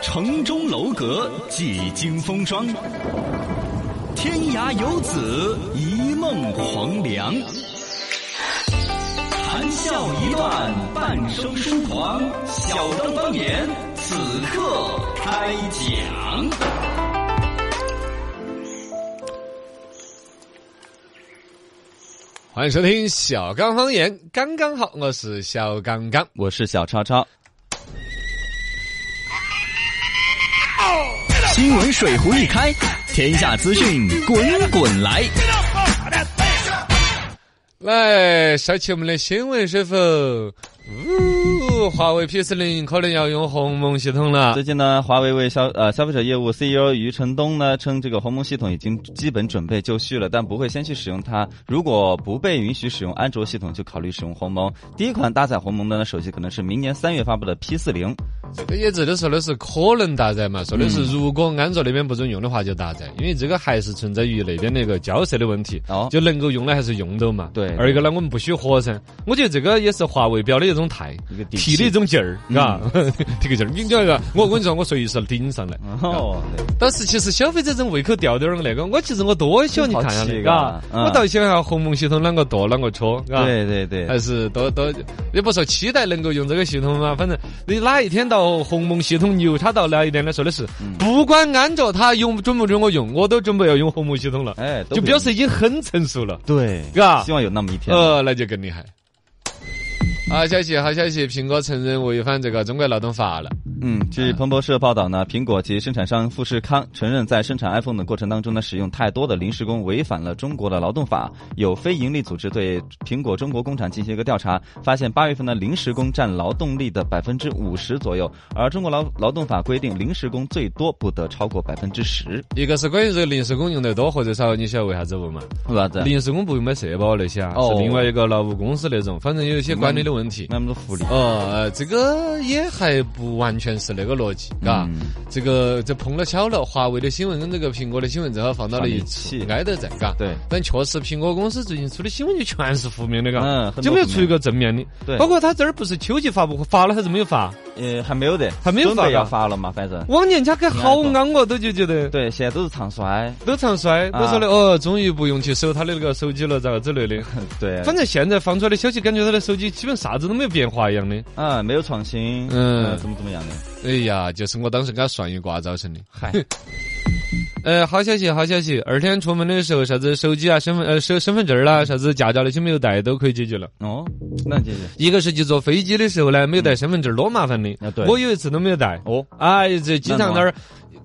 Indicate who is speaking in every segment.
Speaker 1: 城中楼阁几经风霜，天涯游子一梦黄粱。谈笑一段半生疏狂，小灯方言此刻开讲。
Speaker 2: 欢迎收听小刚方言，刚刚好，我是小刚刚。
Speaker 3: 我是小超超。
Speaker 1: 新闻水壶一开，天下资讯滚滚来。
Speaker 2: 来，收起我们的新闻水壶。呜，华为 P 四零可能要用鸿蒙系统了
Speaker 3: 最。近呢，华为为消呃消费者业务 CEO 余承东呢称，这个鸿蒙系统已经基本准备就绪了，但不会先去使用它。如果不被允许使用安卓系统，就考虑使用鸿蒙。第一款搭载鸿蒙的呢手机可能是明年三月发布的 P 四零。
Speaker 2: 这个也值得说的是，可能搭载嘛，说的
Speaker 3: 嗯
Speaker 2: 是如果安卓那边不准用的话就搭载，因为这个还是存在于那边的一个交涉的问题。
Speaker 3: 哦
Speaker 2: 就能够用的还是用到嘛。
Speaker 3: 对
Speaker 2: 二一个呢，我们不许火噻。我觉得这个也是华为表的一种态
Speaker 3: 一个，底
Speaker 2: 提
Speaker 3: 气嗯
Speaker 2: 的一种劲儿，嘎，提个劲儿。你 这个，我我跟你说，我随时顶上来。
Speaker 3: 哦，
Speaker 2: 但是其实消费者这种胃口吊点儿那个，我其实我多希望你看下
Speaker 3: 真好
Speaker 2: 的，
Speaker 3: 奇
Speaker 2: 嘎
Speaker 3: 嘎，嗯
Speaker 2: 我倒想下鸿蒙系统啷个多啷个戳，嘎。
Speaker 3: 对对对
Speaker 2: 还
Speaker 3: 对，
Speaker 2: 是多多，也不说期待能够用这个系统嘛，反正你哪一天到鸿蒙系统牛叉到哪一点呢？说的是，
Speaker 3: 嗯
Speaker 2: 不管安卓它用准不准我用，我都准备要用鸿蒙系统了，
Speaker 3: 哎，都
Speaker 2: 就
Speaker 3: 不
Speaker 2: 表示已经很成熟了，
Speaker 3: 对，
Speaker 2: 嘎
Speaker 3: 希。望有那么一天。
Speaker 2: 啊呃，那就更厉害。好消息，好消息！苹果承认违反这个中国劳动法了。
Speaker 3: 嗯，据彭博社报道呢，苹果及生产商富士康承认，在生产 iPhone 的过程当中呢，使用太多的临时工违反了中国的劳动法。有非营利组织对苹果中国工厂进行一个调查，发现八月份呢，临时工占劳动力的百分之五十左右，而中国劳劳动法规定，临时工最多不得超过百分之十。
Speaker 2: 一个是关于这个临时工用得多或者少，你晓得为啥子不嘛？
Speaker 3: 为啥子？
Speaker 2: 临时工不用买社保那些啊，
Speaker 3: 哦
Speaker 2: 是另外一个劳务公司那种，反正有一些管理的问题。
Speaker 3: 那么多福利。
Speaker 2: 哦，呃这个也还不完全是那个逻辑，嘎、
Speaker 3: 嗯
Speaker 2: 这个这碰了巧了，华为的新闻跟这个苹果的新闻正好放到了一起
Speaker 3: 放一，起
Speaker 2: 挨得在，嘎。
Speaker 3: 对
Speaker 2: 但确实，苹果公司最近出的新闻就全是负面的，嘎，
Speaker 3: 嗯很多
Speaker 2: 就没有出一个正面的。
Speaker 3: 对
Speaker 2: 包括他这儿不是秋季发布发了还是没有发？
Speaker 3: 呃，还没有的，
Speaker 2: 还没有发
Speaker 3: 准备要
Speaker 2: 吧
Speaker 3: 发了嘛，反正。
Speaker 2: 往年家给好安我都就觉得。
Speaker 3: 对，现在都是唱衰。
Speaker 2: 都常衰，都
Speaker 3: 啊
Speaker 2: 说的、哦，终于不用去收他的那个手机了，咋个之类的。
Speaker 3: 对，
Speaker 2: 反正现在放出来的消息，感觉他的手机基本啥子都没有变化一样的。
Speaker 3: 啊，没有创新，
Speaker 2: 嗯
Speaker 3: 呃怎么怎么样的？
Speaker 2: 哎呀，就是我当时给他算一卦造成的。嗨， 呃，好消息，好消息！二天出门的时候，啥子手机啊、身份呃身身份证啦、啥子驾照那些没有带都可以解决了。
Speaker 3: 哦，那就是
Speaker 2: 一个是去坐飞机的时候呢，没有带身份证多麻烦的
Speaker 3: 啊。对
Speaker 2: 我有一次都没有带。
Speaker 3: 哦，
Speaker 2: 哎，这机场那儿。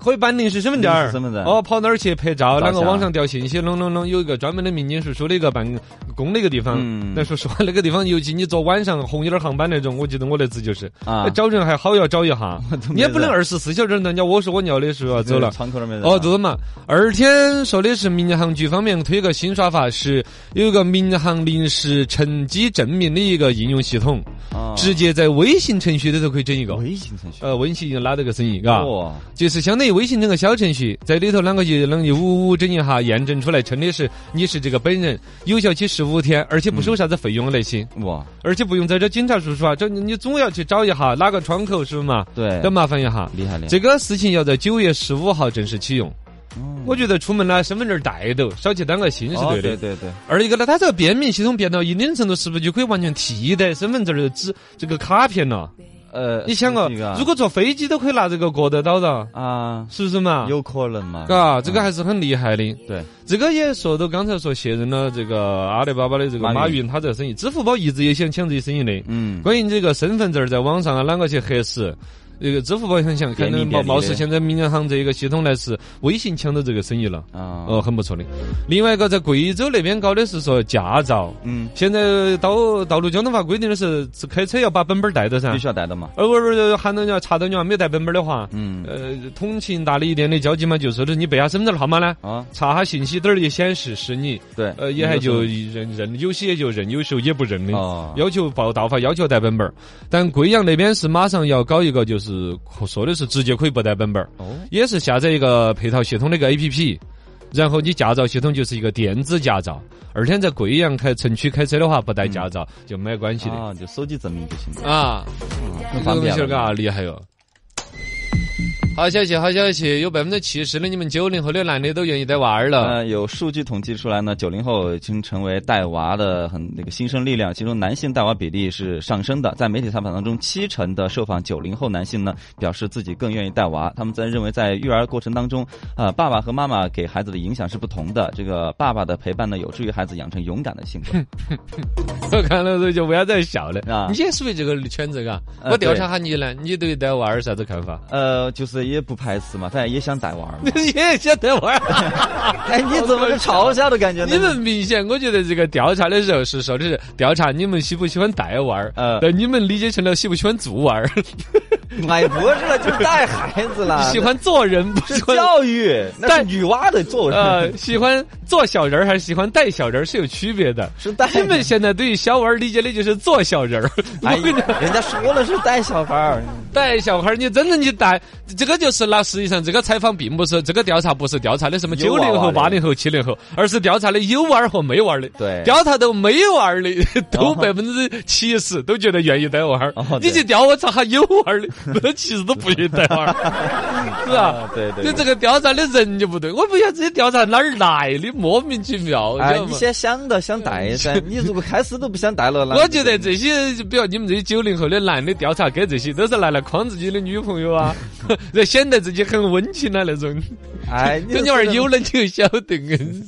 Speaker 2: 可以办临时身份证
Speaker 3: 临
Speaker 2: 儿，
Speaker 3: 时身份证
Speaker 2: 哦，跑那儿去拍照，
Speaker 3: 照
Speaker 2: 啷个
Speaker 3: 相
Speaker 2: 网上调信息，弄弄弄，有一个专门的民警叔叔的一个办公的一个地方。
Speaker 3: 嗯
Speaker 2: 但说实话，那个地方，尤其你坐晚上红眼儿航班那种，我记得我那次就是，
Speaker 3: 啊，
Speaker 2: 找哎人还好要找一 下，
Speaker 3: 都
Speaker 2: 你
Speaker 3: 没
Speaker 2: 也不能
Speaker 3: 人
Speaker 2: 二十四小时人家我说我尿的时候要走了。
Speaker 3: 窗口那边
Speaker 2: 哦，走嘛。二天说的是民航局方面推个新耍法，是有一个民航临时乘机证明的一个应用系统，
Speaker 3: 哦
Speaker 2: 直接在微信程序里头可以整一个。
Speaker 3: 微信哦程序，
Speaker 2: 呃，微信已经拉到个生意，嘎，
Speaker 3: 哇，
Speaker 2: 就是相当于微信整个小程序，在里头啷个就啷个就呜呜整一下，验证出来称的是你是这个本人，有效期十五天，而且不收啥子费用那些，
Speaker 3: 哇，
Speaker 2: 而且不用在这警察叔叔啊，这你你总要去找一下哪个窗口是不嘛？
Speaker 3: 对，
Speaker 2: 要麻烦一下。
Speaker 3: 厉害厉害，
Speaker 2: 这个事情要在九月十五号正式启用。
Speaker 3: 嗯
Speaker 2: 我觉得出门呢，身份证带走，少去担个心是
Speaker 3: 哦
Speaker 2: 对的。
Speaker 3: 对对对，
Speaker 2: 二一个呢，它这个便民系统变到一定程度，是不是就可以完全替代身份证的纸这个卡片了？
Speaker 3: 呃，
Speaker 2: 你想啊
Speaker 3: 这个，
Speaker 2: 如果坐飞机都可以拿这个过得到的，
Speaker 3: 啊，
Speaker 2: 是不是嘛？
Speaker 3: 有可能嘛？
Speaker 2: 嘎，这个还是很厉害的。
Speaker 3: 对，
Speaker 2: 这个也说到刚才说卸任了这个阿里巴巴的这个马
Speaker 3: 马云
Speaker 2: 云，他这个生意，支付宝一直也想抢这些生意的。
Speaker 3: 嗯，
Speaker 2: 关于这个身份证儿在网上啊，啷个去核实？这个支付宝很想，可
Speaker 3: 便利
Speaker 2: 能貌
Speaker 3: 便利
Speaker 2: 貌似
Speaker 3: 的
Speaker 2: 现在民航这一个系统来是微信抢到这个生意了，
Speaker 3: 啊，
Speaker 2: 哦，，很不错的。另外一个在贵州那边搞的是说驾照，
Speaker 3: 嗯，
Speaker 2: 现在道道路交通法规定的是是开车要把本本儿带着噻
Speaker 3: 必，须要带的嘛，
Speaker 2: 偶尔喊到你啊查到你啊没有带本本儿的话，
Speaker 3: 嗯，
Speaker 2: 呃，通情达理一点的交警嘛，就说的你背下身份证号码呢。
Speaker 3: 啊，
Speaker 2: 查下信息，这儿也显示是你，
Speaker 3: 对，
Speaker 2: 呃，也还就认认，有些也就认，有时候也不认的。
Speaker 3: 哦，
Speaker 2: 要求报到法，要求带本本儿。但贵阳那边是马上要搞一个，就是可说的是直接可以不带本本儿，
Speaker 3: 哦，
Speaker 2: 也是下载一个配套系统的一个 APP，然后你驾照系统就是一个电子驾照。二天在贵阳开城区开车的话，不带驾照、就没关系的
Speaker 3: 啊，就手机证明就行了，
Speaker 2: 啊。
Speaker 3: 很
Speaker 2: 这
Speaker 3: 方
Speaker 2: 个东
Speaker 3: 便
Speaker 2: 西儿
Speaker 3: 了。
Speaker 2: 嘎厉害哟。好消息，好消息，有百分之七十的你们九零后的男的都愿意带娃儿了。
Speaker 3: 呃，有数据统计出来呢，九零后已经成为带娃的很那个新生力量，其中男性带娃比例是上升的。在媒体采访当中，七成的受访九零后男性呢表示自己更愿意带娃，他们在认为在育儿过程当中，啊、爸爸和妈妈给孩子的影响是不同的。这个爸爸的陪伴呢，有助于孩子养成勇敢的性格。
Speaker 2: 我 看了之后就不要再笑了。
Speaker 3: 啊
Speaker 2: 你也属于这个圈子嘎。
Speaker 3: 呃
Speaker 2: 我调查下你呢，你对带娃儿啥子看法？
Speaker 3: 呃，就是也不排斥嘛，反正也想带娃嘛。
Speaker 2: 你也想带娃 儿？
Speaker 3: 哎，你怎么是嘲笑的感觉呢？
Speaker 2: 你们明显，我觉得这个调查的时候是说的是调查你们喜不喜欢带娃儿，
Speaker 3: 呃
Speaker 2: 但你们理解成了喜不喜欢做娃 儿，。
Speaker 3: 哎，不是了，就是带孩子了
Speaker 2: 喜欢做人不
Speaker 3: 是
Speaker 2: 喜欢
Speaker 3: 教育，那是女娲的作
Speaker 2: 呃
Speaker 3: 用，
Speaker 2: 喜欢做小人儿还是喜欢带小人儿是有区别的。
Speaker 3: 是带。
Speaker 2: 你们现在对于小娃儿理解的就是做小 人儿，
Speaker 3: 哎
Speaker 2: 我跟你
Speaker 3: 呀，人家说了是带小孩儿，
Speaker 2: 带小孩儿，你真正你带这个就是那实际上这个采访并不是这个调查不是调查的什么
Speaker 3: 有
Speaker 2: 九
Speaker 3: 娃娃
Speaker 2: 零后、
Speaker 3: 的
Speaker 2: 八零后、七零后，而是调查的有娃儿和没娃儿的。
Speaker 3: 对
Speaker 2: 调查都没娃 儿的，都
Speaker 3: 哦
Speaker 2: 百分之七十都觉得愿意带娃儿
Speaker 3: 哦。
Speaker 2: 你
Speaker 3: 对
Speaker 2: 去调我查下有娃儿的，那其实都不愿意带娃儿， 是吧
Speaker 3: 啊？对对
Speaker 2: 你
Speaker 3: 对
Speaker 2: 这个调查的人就不对，我不晓得这些调查哪儿来的，莫名其妙。
Speaker 3: 哎
Speaker 2: 知，道
Speaker 3: 你
Speaker 2: 吗
Speaker 3: 先想到想 带噻，你如果开始都不想带了，那
Speaker 2: 我觉得这些，比如你们这些九零后的男的调查给这些，都是拿来框自己的女朋友 啊，然后显得自己很温情啊那种。
Speaker 3: 哎，
Speaker 2: 这女儿有了你就晓得。 嗯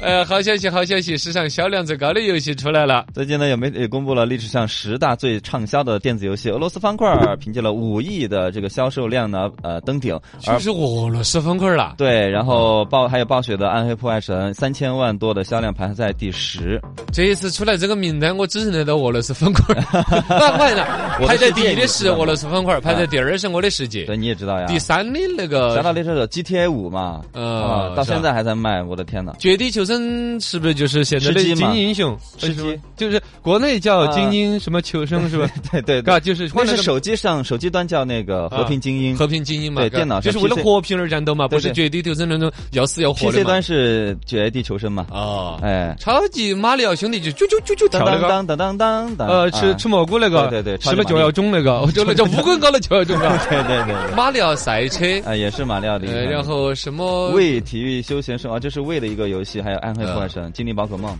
Speaker 2: 呃，好消息，好消息，市场销量最高的游戏出来了。
Speaker 3: 最近呢，有媒也公布了历史上十大最畅销的电子游戏，俄罗斯方块儿凭借了五亿的这个销售量呢，呃，登顶，而
Speaker 2: 就是俄罗斯方块儿啦，
Speaker 3: 对，然后暴还有暴雪的《暗黑破坏神》三千万多的销量排在第十，
Speaker 2: 这一次出来这个名单，我只认得到俄罗斯方 块儿。那快了，
Speaker 3: 我的
Speaker 2: 排在
Speaker 3: 世
Speaker 2: 第
Speaker 3: 界
Speaker 2: 一的
Speaker 3: 你
Speaker 2: 是
Speaker 3: 知道吗
Speaker 2: 俄罗斯方块儿，排在第二是我的世界，
Speaker 3: 对，你也知道呀。
Speaker 2: 第三的那
Speaker 3: 侠
Speaker 2: 个
Speaker 3: 盗猎车手 GTA 五嘛，
Speaker 2: 呃
Speaker 3: 啊到
Speaker 2: 是吧
Speaker 3: 现在还在卖，我的天呐！
Speaker 2: 绝地求生是不是就是现在的
Speaker 3: 吃鸡
Speaker 2: 精
Speaker 3: 嘛
Speaker 2: 英英雄？
Speaker 3: 吃鸡啊
Speaker 2: 呃就是国内叫精英什么求生是吧？
Speaker 3: 对对对
Speaker 2: 嘎，，就是
Speaker 3: 那
Speaker 2: 换了
Speaker 3: 是
Speaker 2: 个
Speaker 3: 手机上手机端叫那个和平精英
Speaker 2: 和平精英嘛，
Speaker 3: 对
Speaker 2: 嘎
Speaker 3: 电脑
Speaker 2: 就
Speaker 3: 上
Speaker 2: 是为了
Speaker 3: PC
Speaker 2: 和平而战斗嘛，不
Speaker 3: 对
Speaker 2: 是
Speaker 3: 对
Speaker 2: 绝地求生那种要死要活的
Speaker 3: ，PC
Speaker 2: 嘛
Speaker 3: 端。是绝地求生嘛，
Speaker 2: 哦，
Speaker 3: 哎，
Speaker 2: 超级马里奥兄弟就啾啾啾啾
Speaker 3: 当
Speaker 2: 跳那
Speaker 3: 当
Speaker 2: 个。
Speaker 3: 当当当当当，
Speaker 2: 呃，
Speaker 3: 啊
Speaker 2: 吃 吃蘑菇那个，
Speaker 3: 对对对
Speaker 2: 吃了就要肿那 个，哦，就那叫武功高的就要肿啊。
Speaker 3: 对对对对，
Speaker 2: 马里奥赛车，
Speaker 3: 啊，也是马里奥的一
Speaker 2: 呃，
Speaker 3: 款。
Speaker 2: 然后什么
Speaker 3: 为体育休闲生活，啊这是为的一个游戏，还有暗黑破坏
Speaker 2: 嗯
Speaker 3: 神、精灵宝可梦，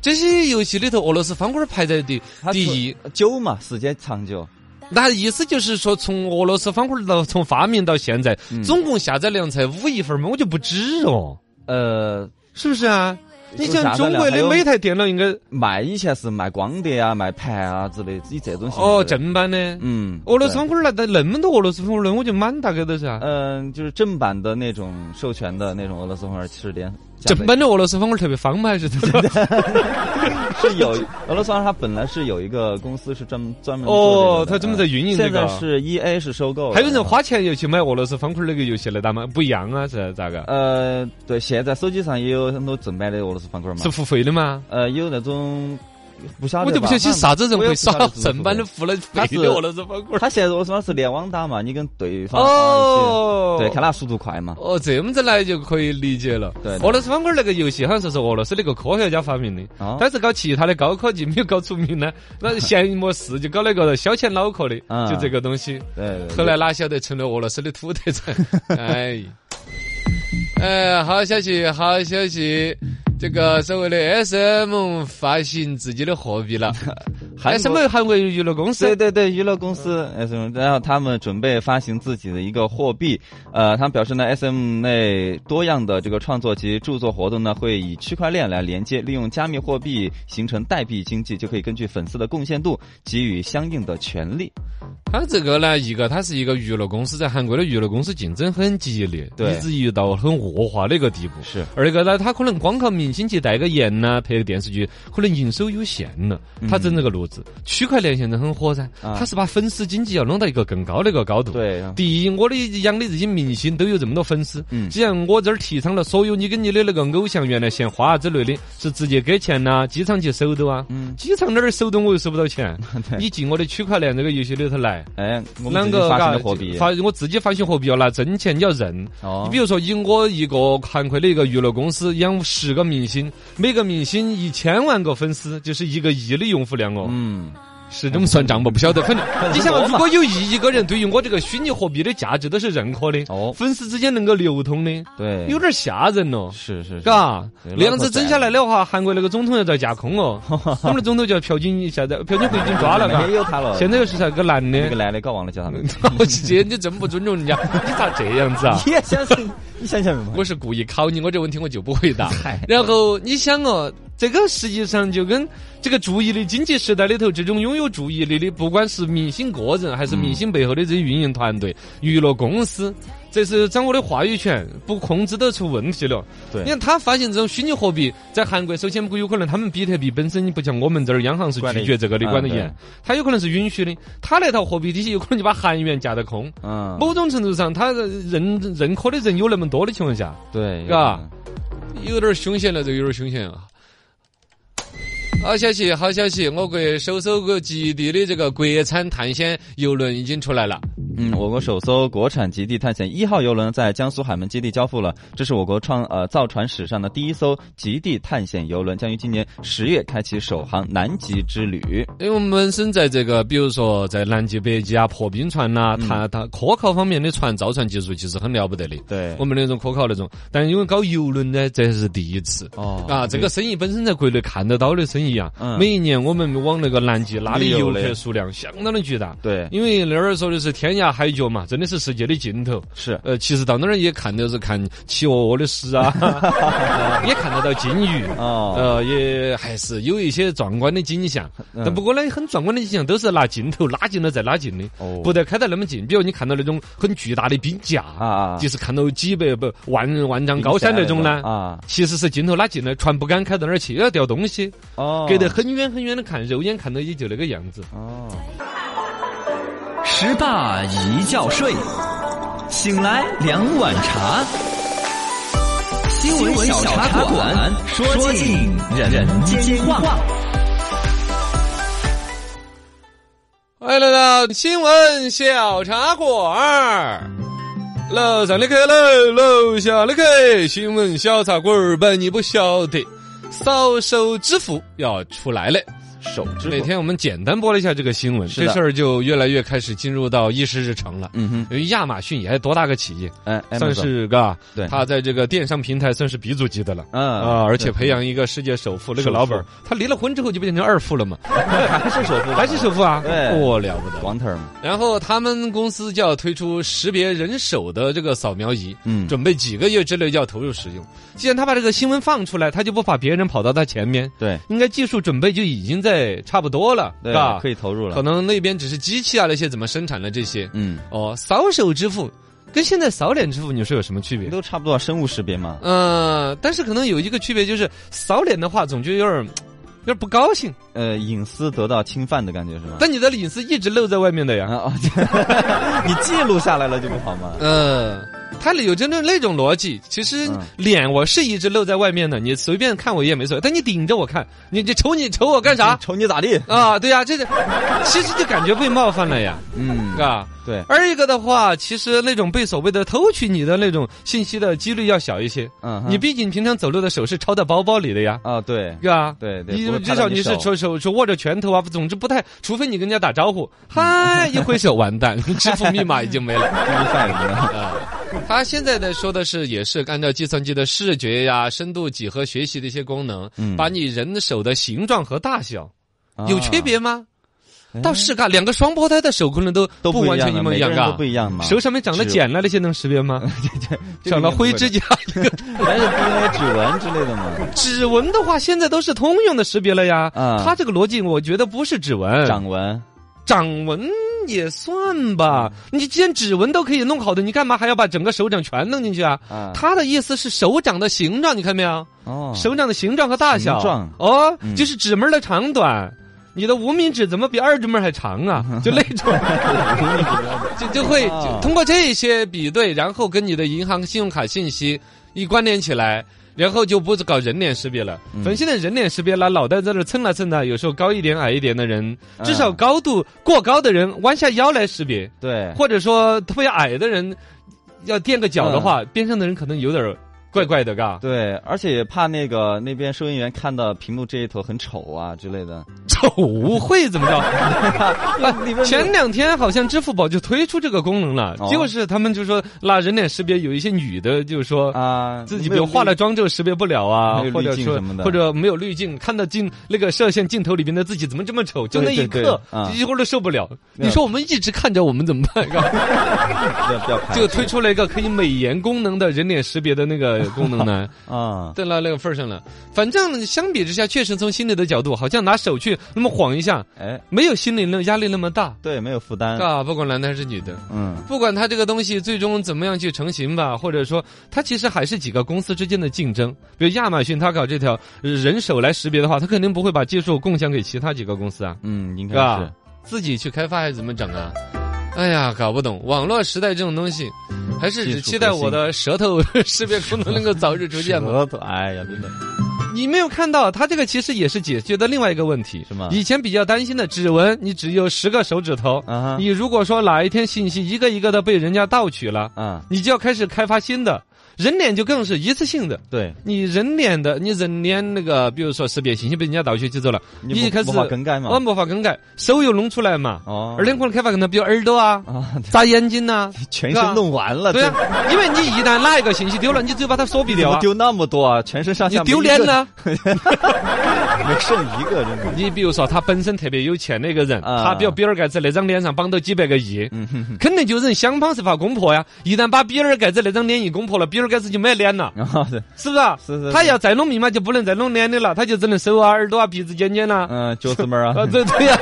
Speaker 2: 这些游戏里头，俄罗斯方块排在第
Speaker 3: 它
Speaker 2: 第一，
Speaker 3: 久嘛，时间长久，
Speaker 2: 那意思就是说，从俄罗斯方块到从发明到现在，总共下载量才五亿份儿嘛，我就不止哦，
Speaker 3: 呃，
Speaker 2: 是不是啊？你
Speaker 3: 下
Speaker 2: 像
Speaker 3: 载
Speaker 2: 中
Speaker 3: 量
Speaker 2: 国
Speaker 3: 还
Speaker 2: 的
Speaker 3: 有
Speaker 2: 每台电脑应该
Speaker 3: 卖以前是卖光碟啊、卖盘啊之类，以这种形式。
Speaker 2: 哦，正版的，
Speaker 3: 嗯，
Speaker 2: 俄罗斯
Speaker 3: 对
Speaker 2: 方块那那那么多俄罗斯方块，我就满大概都是啊。
Speaker 3: 嗯、就是正版的那种授权的那种俄罗斯方块是连
Speaker 2: 正版的俄罗斯方块特别方嘛，还是
Speaker 3: 是有俄罗斯方块，它本来是有一个公司是专门专门
Speaker 2: 哦
Speaker 3: 做，这
Speaker 2: 他
Speaker 3: 个的
Speaker 2: 专门在运营这
Speaker 3: 现在
Speaker 2: 个。
Speaker 3: 是 E A 是收购的，
Speaker 2: 还有人花钱又去买俄罗斯方块那个游戏来打吗？不一样啊，是咋个？
Speaker 3: 呃，对，现在手机上也有很多正版的俄罗斯方块嘛
Speaker 2: 是，付费的吗？
Speaker 3: 呃，有那种不晓得吧，
Speaker 2: 我就不相信
Speaker 3: 反正
Speaker 2: 啥子人
Speaker 3: 我也
Speaker 2: 会
Speaker 3: 不晓
Speaker 2: 耍
Speaker 3: 得是不是
Speaker 2: 正版的付了费
Speaker 3: 他是
Speaker 2: 的俄罗斯方块。
Speaker 3: 他现在俄罗斯方块是联网打嘛，你跟对方
Speaker 2: 哦，
Speaker 3: 对，看他速度快嘛，
Speaker 2: 哦，这么子来就可以理解了。
Speaker 3: 对对
Speaker 2: 俄罗斯方块那个游戏好像说是俄罗斯那个科学家发明的，
Speaker 3: 啊
Speaker 2: 但是搞其他的高科技没有搞出名 呢。那闲模式就搞那个消遣脑壳的，
Speaker 3: 嗯
Speaker 2: 就这个东西。
Speaker 3: 对对对
Speaker 2: 后来哪晓得成了俄罗斯的土特 产？哎，哎，好消息，好消息！这个所谓的 SM 发行自己的货币 了，还
Speaker 3: 韩国
Speaker 2: 什么韩国娱乐公
Speaker 3: 对
Speaker 2: 司？
Speaker 3: 对对，娱乐公司 S M，然后他们准备发行自己的一个货币。呃，他们表示呢，S M 内多样的这个创作及著作活动呢，会以区块链来连接，利用加密货币形成代币经济，就可以根据粉丝的贡献度给予相应的权利。
Speaker 2: 它这个呢，一个它是一个娱乐公司，在韩国的娱乐公司竞争很激烈，
Speaker 3: 对
Speaker 2: 以至于到很恶化的一个地步。
Speaker 3: 是，
Speaker 2: 二一个呢，它可能光靠明星去代个言呐、拍个电视剧，可能营收有限了。它整这个路子，区块链现在很火噻，
Speaker 3: 嗯啊
Speaker 2: 它是把粉丝经济要弄到一个更高的一个高度。
Speaker 3: 对，
Speaker 2: 第一，我的养的这些明星都有这么多粉丝，
Speaker 3: 啊嗯
Speaker 2: 既然我这儿提倡了所有你跟你的那个偶像原来嫌花啊之类的，是直接给钱呐、机场去收的啊，
Speaker 3: 嗯
Speaker 2: 机场那儿收的我又收不到钱
Speaker 3: 对，
Speaker 2: 你进我的区块链这个游戏里头来。
Speaker 3: 哎，我们
Speaker 2: 啷
Speaker 3: 自己
Speaker 2: 个
Speaker 3: 发行
Speaker 2: 嘎
Speaker 3: 的货币
Speaker 2: 发我自己发行货币要拿真钱，你要认。
Speaker 3: 哦
Speaker 2: 你比如说，以我一个韩国的一个娱乐公司养十个明星，每个明星一千万个粉丝，就是一个亿的用户量哦。
Speaker 3: 嗯，
Speaker 2: 是这么算账吧？不晓得， 反正你想嘛，如果有一个人对于我这个虚拟货币的价值都是认可的，
Speaker 3: 哦
Speaker 2: 粉丝之间能够流通的，
Speaker 3: 对，
Speaker 2: 有点吓人了。
Speaker 3: 是是，是
Speaker 2: 嘎，
Speaker 3: 对
Speaker 2: 那样子整下来的话，韩国那个总统要遭架空 哦。我们的总统叫朴槿，现在朴槿惠已经抓了，嘎
Speaker 3: 也。有哎他了。
Speaker 2: 现在又是啥个男
Speaker 3: 那个
Speaker 2: 的？
Speaker 3: 男的搞忘了叫他名字。
Speaker 2: 我去，姐，你真不尊重人家，你咋这样子啊？
Speaker 3: 你也相信？你想想嘛，
Speaker 2: 我是故意考你，我这问题我就不回 答。然后你想哦，这个实际上就跟这个注意力经济时代里头，这种拥有注意力的，不管是明星个人，还是明星背后的这些运营团
Speaker 3: 嗯
Speaker 2: 队、娱乐公司，这是掌握的话语权，不控制都出问题了。
Speaker 3: 对
Speaker 2: 你看他发行这种虚拟货币，在韩国首先不有可能，他们比特币本身不像我们这儿央行是
Speaker 3: 管得
Speaker 2: 拒绝这个的
Speaker 3: 啊
Speaker 2: 管得
Speaker 3: 对
Speaker 2: 严，它有可能是允许的，它那套货币体系有可能就把韩元架得空。
Speaker 3: 嗯，
Speaker 2: 某种程度上，他认认可的人有那么多的情况下，
Speaker 3: 对，
Speaker 2: 嘎有点儿凶险了，这个有点儿凶险啊！好消息，好消息！我国首艘国极地的这个国产探险游轮已经出来了。
Speaker 3: 嗯，我国首艘国产极地探险一号游轮在江苏海门基地交付了，这是我国创呃造船史上的第一艘极地探险游轮，将于今年十月开启首航南极之旅。
Speaker 2: 因为我们本身在这个，比如说在南极、北极啊、破冰船呐、
Speaker 3: 嗯
Speaker 2: 它它科考方面的船造船技术其实很了不得的。
Speaker 3: 对
Speaker 2: 我们那种科考那种，但因为搞游轮呢，这是第一次。
Speaker 3: 哦
Speaker 2: 啊，这个生意本身在国内看得到的生意啊，
Speaker 3: 嗯
Speaker 2: 每一年我们往那个南极拉的
Speaker 3: 旅游
Speaker 2: 游
Speaker 3: 的
Speaker 2: 客数量相当的巨大。
Speaker 3: 对
Speaker 2: 因为那儿说的是天涯海角嘛，真的是世界的尽头。
Speaker 3: 是
Speaker 2: 呃，其实到那儿也看的是看企鹅鹅的屎 啊，呃也看得到鲸鱼。
Speaker 3: 哦，
Speaker 2: 呃，也还是有一些壮观的景象，
Speaker 3: 嗯
Speaker 2: 但不过呢，很壮观的景象都是拿镜头拉近了再拉近的，
Speaker 3: 哦
Speaker 2: 不得开得那么近。比如你看到那种很巨大的冰架，
Speaker 3: 啊
Speaker 2: 就是看到几百不万万丈高山那种呢，
Speaker 3: 啊
Speaker 2: 其实是镜头拉近了，船不敢开到那儿去，要掉东西，
Speaker 3: 哦，
Speaker 2: 隔得很远很远的看，肉眼看到也就那个样子。
Speaker 3: 哦，
Speaker 1: 十大一觉睡，醒来两碗茶。新闻小茶馆，说尽人间话。
Speaker 2: 欢迎来到新闻小茶馆儿。楼上的客楼，楼下的客，新闻小茶馆儿，本你不晓得，扫帚支付要出来了。
Speaker 3: 手指
Speaker 2: 那天我们简单播了一下这个新闻，
Speaker 3: 是的
Speaker 2: 这事儿就越来越开始进入到议事日程了。
Speaker 3: 嗯哼，
Speaker 2: 因为亚马逊也多大个企业，
Speaker 3: 哎，
Speaker 2: 算是嘎，
Speaker 3: 对
Speaker 2: 它在这个电商平台算是鼻祖级的了。
Speaker 3: 嗯
Speaker 2: 啊，而且培养一个世界首富，那个
Speaker 3: 首
Speaker 2: 老板儿
Speaker 3: 富
Speaker 2: 他离了婚之后就变成二富了嘛，
Speaker 3: 还是手
Speaker 2: 还是首富啊？
Speaker 3: 对
Speaker 2: 我了不得。
Speaker 3: 王特嘛，
Speaker 2: 然后他们公司就要推出识别人手的这个扫描仪，
Speaker 3: 嗯，
Speaker 2: 准备几个月之内就要投入使用。既然他把这个新闻放出来，他就不怕别人跑到他前面，
Speaker 3: 对
Speaker 2: 应该技术准备就已经在差不多了，
Speaker 3: 对
Speaker 2: 是吧，
Speaker 3: 可以投入
Speaker 2: 啊可
Speaker 3: 了，
Speaker 2: 能那边只是机器啊那些怎么生产的这些，
Speaker 3: 嗯，
Speaker 2: 哦，扫手支付跟现在扫脸支付，你说有什么区别？
Speaker 3: 都差不多生物识别嘛，
Speaker 2: 嗯，但是可能有一个区别就是扫脸的话，总觉得有点儿。有点儿不高兴，
Speaker 3: 呃，隐私得到侵犯的感觉是吗？
Speaker 2: 但你的隐私一直露在外面的呀。
Speaker 3: 啊啊！ 你记录下来了就不好吗？
Speaker 2: 嗯，它有真正那种逻辑。其实
Speaker 3: 嗯
Speaker 2: 脸我是一直露在外面的，你随便看我一眼没所谓，但你顶着我看，你这瞅你瞅我干啥？
Speaker 3: 瞅你咋地？
Speaker 2: 啊，对呀、这个其实就感觉被冒犯了呀，
Speaker 3: 嗯，
Speaker 2: 啊。
Speaker 3: 对，
Speaker 2: 二一个的话，其实那种被所谓的偷取你的那种信息的几率要小一些。
Speaker 3: 嗯，
Speaker 2: 你毕竟平常走路的手是抄到包包里的呀，
Speaker 3: 啊，对
Speaker 2: 是吧？
Speaker 3: 对对，
Speaker 2: 你
Speaker 3: 不会
Speaker 2: 至
Speaker 3: 看到
Speaker 2: 少你是
Speaker 3: 手
Speaker 2: 手手手握着拳头啊，总之不太，除非你跟人家打招呼， 嗨，一挥手完蛋，支付密码已经没了。
Speaker 3: 不犯人了。
Speaker 2: 他现在的说的是，也是按照计算机的视觉呀、深度几何学习的一些功能，
Speaker 3: 嗯
Speaker 2: 把你人手的形状和大小
Speaker 3: 啊哎
Speaker 2: 有区别吗？倒是嘎，两个双胞胎的手可能都
Speaker 3: 都
Speaker 2: 完全
Speaker 3: 一
Speaker 2: 一模一样
Speaker 3: 样啊的，每个人
Speaker 2: 嘎
Speaker 3: 都不。一样嘛。
Speaker 2: 手上面长了
Speaker 3: 指
Speaker 2: 茧了，那些能识别吗？
Speaker 3: 这个
Speaker 2: 长了灰指
Speaker 3: 应
Speaker 2: 甲、一个
Speaker 3: 该不会还是 DNA 指纹之类的嘛？
Speaker 2: 指纹的话，现在都是通用的识别了呀。
Speaker 3: 啊
Speaker 2: 它这个逻辑，我觉得不是指纹，
Speaker 3: 掌纹
Speaker 2: 掌纹也算吧。
Speaker 3: 嗯
Speaker 2: 你既然指纹都可以弄好的，你干嘛还要把整个手掌全弄进去啊？
Speaker 3: 啊，
Speaker 2: 他的意思是手掌的形状，你看没有？
Speaker 3: 哦，
Speaker 2: 手掌的形状和大小，
Speaker 3: 形状
Speaker 2: 哦
Speaker 3: 嗯，
Speaker 2: 就是指拇儿的长短。你的无名指怎么比二指拇儿还长啊？
Speaker 3: 嗯
Speaker 2: 就那种， 就就会
Speaker 3: 啊
Speaker 2: 就通过这些比对，然后跟你的银行信用卡信息一关联起来，然后就不搞人脸识别了。
Speaker 3: 嗯
Speaker 2: 反正现在人脸识别了，脑袋在那儿蹭啊蹭啊，有时候高一点矮一点的人，至少
Speaker 3: 嗯
Speaker 2: 高度过高的人弯下腰来识别，
Speaker 3: 对，
Speaker 2: 或者说特别矮的人要垫个脚的话，边上的人可能有点儿怪怪的，嘎，
Speaker 3: 嗯对，而且也怕那个那边收银员看到屏幕这一头很丑啊之类的。
Speaker 2: 丑会怎么着？
Speaker 3: 里边那个
Speaker 2: 前两天好像支付宝就推出这个功能了，
Speaker 3: 哦
Speaker 2: 就是他们就说那人脸识别有一些女的，就是说
Speaker 3: 啊，
Speaker 2: 呃自己比如化了
Speaker 3: 了，
Speaker 2: 妆之后识别不了啊
Speaker 3: 没有，
Speaker 2: 或者
Speaker 3: 滤镜
Speaker 2: 说
Speaker 3: 什么的
Speaker 2: 或者没有滤镜，看到镜那个摄像镜头里面的自己怎么这么丑？就那一
Speaker 3: 对对
Speaker 2: 刻
Speaker 3: 啊，
Speaker 2: 几乎都受不了。
Speaker 3: 对
Speaker 2: 你说我们一直看着，我们怎么 办？
Speaker 3: 不要不要拍
Speaker 2: 就推出了一个可以美颜功能的人脸识别的那个功能呢，
Speaker 3: 啊，
Speaker 2: 对到那个份儿上了。反正相比之下，确实从心理的角度，好像拿手去那么晃一下，
Speaker 3: 哎，
Speaker 2: 没有心理那压力那么大。
Speaker 3: 对，没有负担，
Speaker 2: 啊，不管男的还是女的，
Speaker 3: 嗯，
Speaker 2: 不管他这个东西最终怎么样去成型吧，或者说它其实还是几个公司之间的竞争。比如亚马逊，它搞这条呃人手来识别的话，它肯定不会把技术共享给其他几个公司啊，
Speaker 3: 嗯，应
Speaker 2: 是
Speaker 3: 该是
Speaker 2: 吧。？自己去开发还是怎么整啊？哎呀，搞不懂网络时代这种东西，还是只期待我的舌头 识别功能能够早日出现吧。
Speaker 3: 舌头，哎呀，真的，
Speaker 2: 你没有看到，它这个其实也是解决的另外一个问题，
Speaker 3: 是吗
Speaker 2: 以前比较担心的指纹，你只有十个手指头，
Speaker 3: 啊哈
Speaker 2: 你如果说哪一天信息一个一个的被人家盗取了，
Speaker 3: 啊，
Speaker 2: 你就要开始开发新的。人脸就更是一次性的，
Speaker 3: 对，
Speaker 2: 你人脸的，你人脸那个，比如说识别信息被人家盗取就走了，
Speaker 3: 你
Speaker 2: 一
Speaker 3: 不
Speaker 2: 开
Speaker 3: 不
Speaker 2: 始
Speaker 3: 怕更改嘛
Speaker 2: 我，没法更改，手又弄出来嘛。
Speaker 3: 哦，
Speaker 2: 而且可能开发可能比如耳朵啊、
Speaker 3: 啊，
Speaker 2: 眨眼睛 呐、
Speaker 3: 全身弄完了，
Speaker 2: 对
Speaker 3: 这
Speaker 2: 啊，因为你一旦哪一个信息丢了，你就把它锁闭
Speaker 3: 你怎
Speaker 2: 掉
Speaker 3: 么
Speaker 2: 啊。
Speaker 3: 丢那么多啊？全身上
Speaker 2: 你
Speaker 3: 下
Speaker 2: 丢脸
Speaker 3: 了，
Speaker 2: 了。
Speaker 3: 没剩一个，真的，
Speaker 2: 你比如说，他本身特别有钱的一个人，
Speaker 3: 啊
Speaker 2: 他比如比尔盖茨那张脸上绑到几百个亿，
Speaker 3: 嗯哼哼
Speaker 2: 肯定就人想方设法攻破呀。一旦把比尔盖茨那张脸一攻破了，比尔盖茨就没脸了。
Speaker 3: 然后对，
Speaker 2: 是不是 啊？
Speaker 3: 嗯是是是
Speaker 2: 他要再弄密码就不能再弄脸的了，他就只能手啊、耳朵啊、鼻子尖尖啦。
Speaker 3: 嗯，九子妹儿
Speaker 2: 啊，
Speaker 3: 啊，
Speaker 2: 对对呀、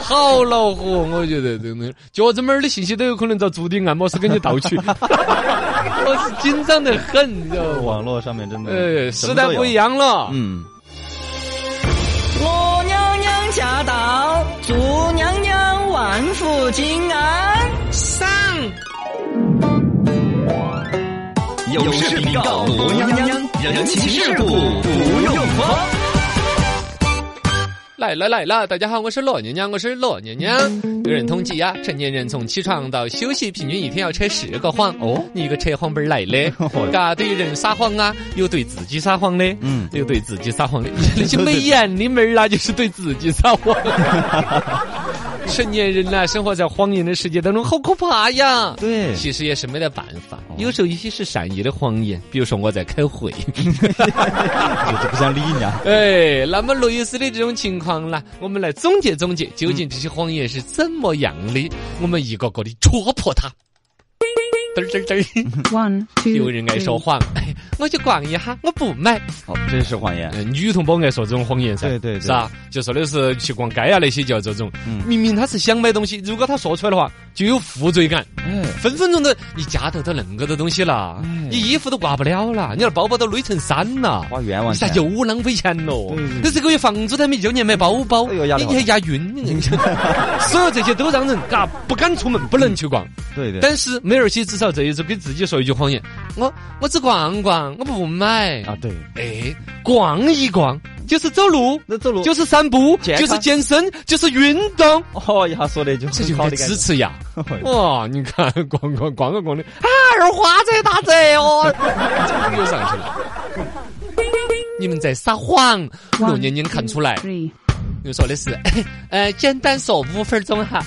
Speaker 2: 好恼火！我觉得真的，脚趾门儿的信息都有可能遭足底按摩师给你盗 取， 我是紧张的很，你知道吗？
Speaker 3: 网络上面真的，
Speaker 2: 呃，
Speaker 3: 嗯
Speaker 2: 时
Speaker 3: 什么都
Speaker 2: 代不
Speaker 3: 有
Speaker 2: 一，样了。
Speaker 3: 嗯。
Speaker 4: 我娘娘驾到，祝娘娘万福金安。上，
Speaker 1: 有事禀告罗娘娘，人情世故不用慌。
Speaker 2: 来了来了，大家好，我是罗娘娘，我是罗娘娘。有人统计呀、成年人从起床到休息，平均一天要扯十个谎。
Speaker 3: 哦，
Speaker 2: 你一个扯谎本儿来 的，嘎，对人撒谎啊，有对自己撒谎的，
Speaker 3: 嗯
Speaker 2: 嗯，有对自己撒谎 的，那些美颜的妹儿啦，就是对自己撒谎。成年人呐、生活在谎言的世界当中，好可怕呀！
Speaker 3: 对哦
Speaker 2: 其实也是没得办法，有时候一些是善意的谎言，比如说我在开会。
Speaker 3: 就不想理你啊。
Speaker 2: 哎，那么类似的这种情况呢，我们来总结总结，究竟这些谎言是怎么样的？我们一个个的戳破它。嘚儿嘚儿嘚 儿，
Speaker 5: One, two,
Speaker 2: 有人爱说
Speaker 5: three.
Speaker 2: 谎，哎，我去逛一下，我不买。
Speaker 3: 好，这哦是谎言。
Speaker 2: 呃女同胞爱说这种谎言噻，
Speaker 3: 对对对
Speaker 2: 是吧？就说的是去逛街啊那些，叫这种。
Speaker 3: 嗯
Speaker 2: 明明她是想买东西，如果她说出来的话，就有负罪感。
Speaker 3: 哎，
Speaker 2: 分分钟都，你家头都恁个多东西了，你衣服都挂不了了，你那包包都垒成山了。
Speaker 3: 花冤枉
Speaker 2: 你咋
Speaker 3: 钱。
Speaker 2: 又浪费钱喽
Speaker 3: 对对？
Speaker 2: 那这个月房租都还没交，你还买包包，
Speaker 3: 嗯哎呦压力
Speaker 2: 你
Speaker 3: 好
Speaker 2: 还押韵， 你所有这些都让人嘎不敢出门，不能去逛。
Speaker 3: 嗯对对。
Speaker 2: 但是梅尔西至少这一次给自己说一句谎言：我我只逛逛，我不买。
Speaker 3: 啊，对，
Speaker 2: 哎，逛一逛就是走路，
Speaker 3: 那走路
Speaker 2: 就是散步，
Speaker 3: 嗯健
Speaker 2: 就
Speaker 3: 康
Speaker 2: 是健身，就是运动。
Speaker 3: 哦一下说的就
Speaker 2: 这就
Speaker 3: 好
Speaker 2: 该
Speaker 3: 的感
Speaker 2: 支
Speaker 3: 觉。
Speaker 2: 持呀！哇，你看逛逛逛着逛着，啊，二花贼打贼 哦，又上去了。你们在撒谎，罗
Speaker 5: One,
Speaker 2: 年年看
Speaker 5: two,
Speaker 2: 出来。
Speaker 4: 嗯
Speaker 5: three.
Speaker 2: 你说的是， 呃，简单说五分钟哈。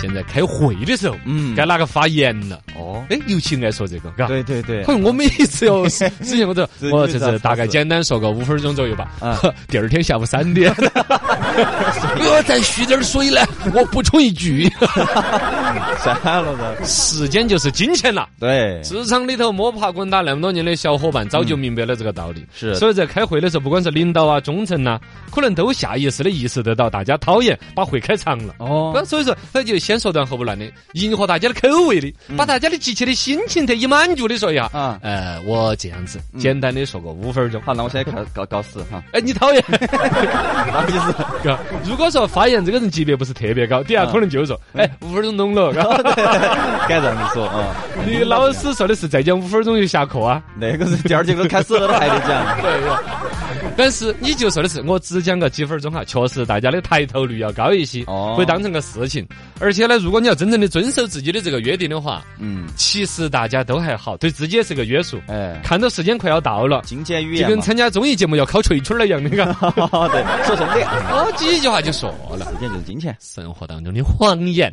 Speaker 2: 现在开会的时候，
Speaker 3: 嗯
Speaker 2: 嗯，该哪个发言了？
Speaker 3: 哦，
Speaker 2: 哎，尤其爱说这个，嘎。
Speaker 3: 对对对
Speaker 2: 好，像我每一次 哟，之前我都，
Speaker 3: 自己
Speaker 2: 我
Speaker 3: 就
Speaker 2: 这
Speaker 3: 在
Speaker 2: 次大概
Speaker 3: 自己
Speaker 2: 简单说个五分钟左右吧
Speaker 3: 嗯。
Speaker 2: 第二天下午三 点，我再续点儿水来，我补充一句，
Speaker 3: 删了的。
Speaker 2: 时间就是金钱
Speaker 3: 嗯
Speaker 2: 了。
Speaker 3: 对，
Speaker 2: 职场里头摸爬滚打那么多年的小伙伴，早就明白了这个道理。
Speaker 3: 嗯是
Speaker 2: 所以在开会的时候，不管是领导啊、中层呐、可能都下意识的意识得到大家讨厌，把会开长了。
Speaker 3: 哦，
Speaker 2: 那所以说，他就先说段后不烂的，迎合大家的口味的，把大家的急切的心情得以满足的说一下。
Speaker 3: 嗯啊嗯
Speaker 2: 呃，我这样子，简单的说个五分钟。
Speaker 3: 好，那我现在搞搞搞死哈，
Speaker 2: 哎，你讨厌？
Speaker 3: 那啊就是
Speaker 2: 嘎如果说发言这个人级别不是特别高，底
Speaker 3: 嗯
Speaker 2: 下可能就说，哎，五分钟弄了。嘎
Speaker 3: 该这样子说啊。
Speaker 2: 你老师说的是再讲五分钟就下课啊？
Speaker 3: 那个是第二节课开始了，都还得讲。
Speaker 2: 对呀。但是你就说的是，我只讲个几分钟哈，确实大家的抬头率要高一些，
Speaker 3: 哦
Speaker 2: 会当成个事情。而且呢，如果你要真正的遵守自己的这个约定的话，
Speaker 3: 嗯，
Speaker 2: 其实大家都还好，对自己也是个约束。
Speaker 3: 哎，
Speaker 2: 看到时间快要到了，
Speaker 3: 金监狱
Speaker 2: 就跟参加综艺节目要考锤锤儿一样的，嘎，
Speaker 3: 对，说什 哦么的？
Speaker 2: 哦，第一句话就说了。
Speaker 3: 时间就是啊金钱。
Speaker 2: 生活当中的谎言。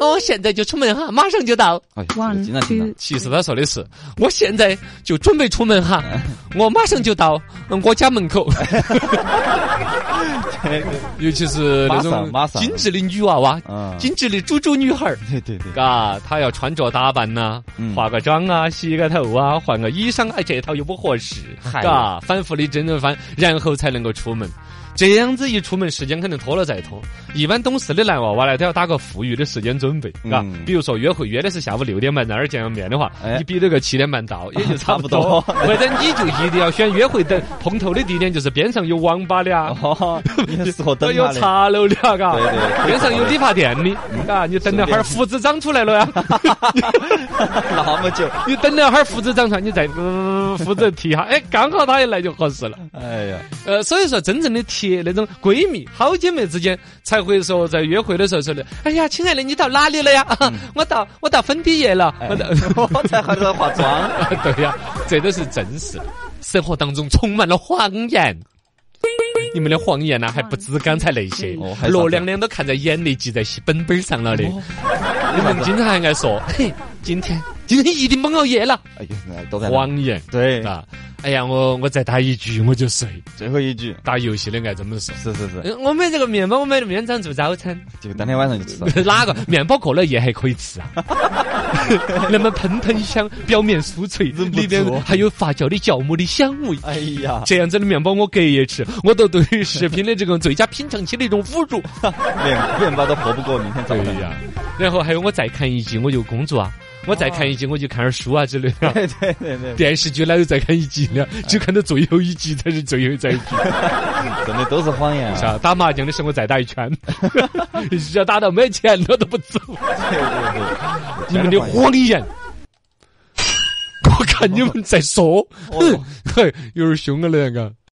Speaker 2: 我哦现在就出门哈，马上就到。
Speaker 3: 哎，经常听到。
Speaker 2: 其实他说的是，我现在就准备出门哈，
Speaker 3: 哎
Speaker 2: 我马上就到嗯我家门 口。尤其是那种
Speaker 3: 马上
Speaker 2: 精致的女娃娃，
Speaker 3: 嗯，
Speaker 2: 精致的猪猪女孩儿。
Speaker 3: 对对对，
Speaker 2: 嘎，她啊要穿着打扮呐、
Speaker 3: 嗯
Speaker 2: 化个妆啊，洗个头啊，换个衣裳啊，这套又不合适，
Speaker 3: 嗨
Speaker 2: 嘎，反复的整整翻，然后才能够出门。这样子一出门，时间肯定拖了再拖。一般懂事的男娃娃呢，都要打个富裕的时间准备，嘎、
Speaker 3: 嗯
Speaker 2: 比如说约会约的是下午六点半在那儿见个面的话，
Speaker 3: 哎
Speaker 2: 你比这个七点半到， 也就差不多。
Speaker 3: 差
Speaker 2: 或者你就一定要选约会等碰头的地点，就是边上有网吧的啊。
Speaker 3: 哦，你很适合等
Speaker 2: 有
Speaker 3: 他的。
Speaker 2: 茶楼的啊，嘎
Speaker 3: 对对，嗯
Speaker 2: 边上有理发店的，嘎，你等了会儿胡子长出来了呀，
Speaker 3: 那么久，嗯
Speaker 2: 你等了会儿胡子长出来，你再呃胡子剃一下，哎，刚好他一来就合适了。
Speaker 3: 哎呀，
Speaker 2: 呃，所以说真正的铁那种闺蜜、好姐妹之间，才会说在约会的时候说的，哎呀，亲爱的，你到哪里了呀？
Speaker 3: 嗯
Speaker 2: 啊 我到我到粉底液了，
Speaker 3: 哎
Speaker 2: 我到，
Speaker 3: 我才还在化妆。
Speaker 2: 对呀，这都是真实的。生活当中充满了谎言。你们的谎言呢、啊还不止刚才那些
Speaker 3: 哦还，有啥子哦
Speaker 2: 罗亮亮都看在眼里，记在本本上了的。你们经常还爱说，嘿，今天今天一定不熬夜了，
Speaker 3: 哎呀，都在那
Speaker 2: 谎言
Speaker 3: 对，
Speaker 2: 啊！哎呀，我我再打一局我就睡。
Speaker 3: 最后一句
Speaker 2: 打游戏的爱这么说。
Speaker 3: 是是是，
Speaker 2: 嗯我买这个面包，我买了面长做早餐。
Speaker 3: 就当天晚上就吃了。
Speaker 2: 哪个面包过了夜还可以吃啊？ 那么喷喷香，表面酥脆，
Speaker 3: 忍不
Speaker 2: 里
Speaker 3: 住
Speaker 2: 面还有发酵的酵母的香味。
Speaker 3: 哎呀，
Speaker 2: 这样子的面包我隔夜吃，我都对于食品的这个最佳品尝期的一种侮辱。
Speaker 3: 面面包都活不过明天早
Speaker 2: 对
Speaker 3: 上。
Speaker 2: 呀， 然后还有我再看一集我就工作啊，我再看一集我就看点儿书啊之类的啊。
Speaker 3: 对对对 对，
Speaker 2: 电视剧哪有再看一集呢？只看到最后一集才是最后再一集。
Speaker 3: 真的都是谎言
Speaker 2: 是
Speaker 3: 啊！
Speaker 2: 啊，打麻将的时候我再打一圈，要打到没钱了都不走。
Speaker 3: 对对
Speaker 2: 你们的谎言，我看你们在说，
Speaker 3: 哦
Speaker 2: 嘿，有点凶啊那个。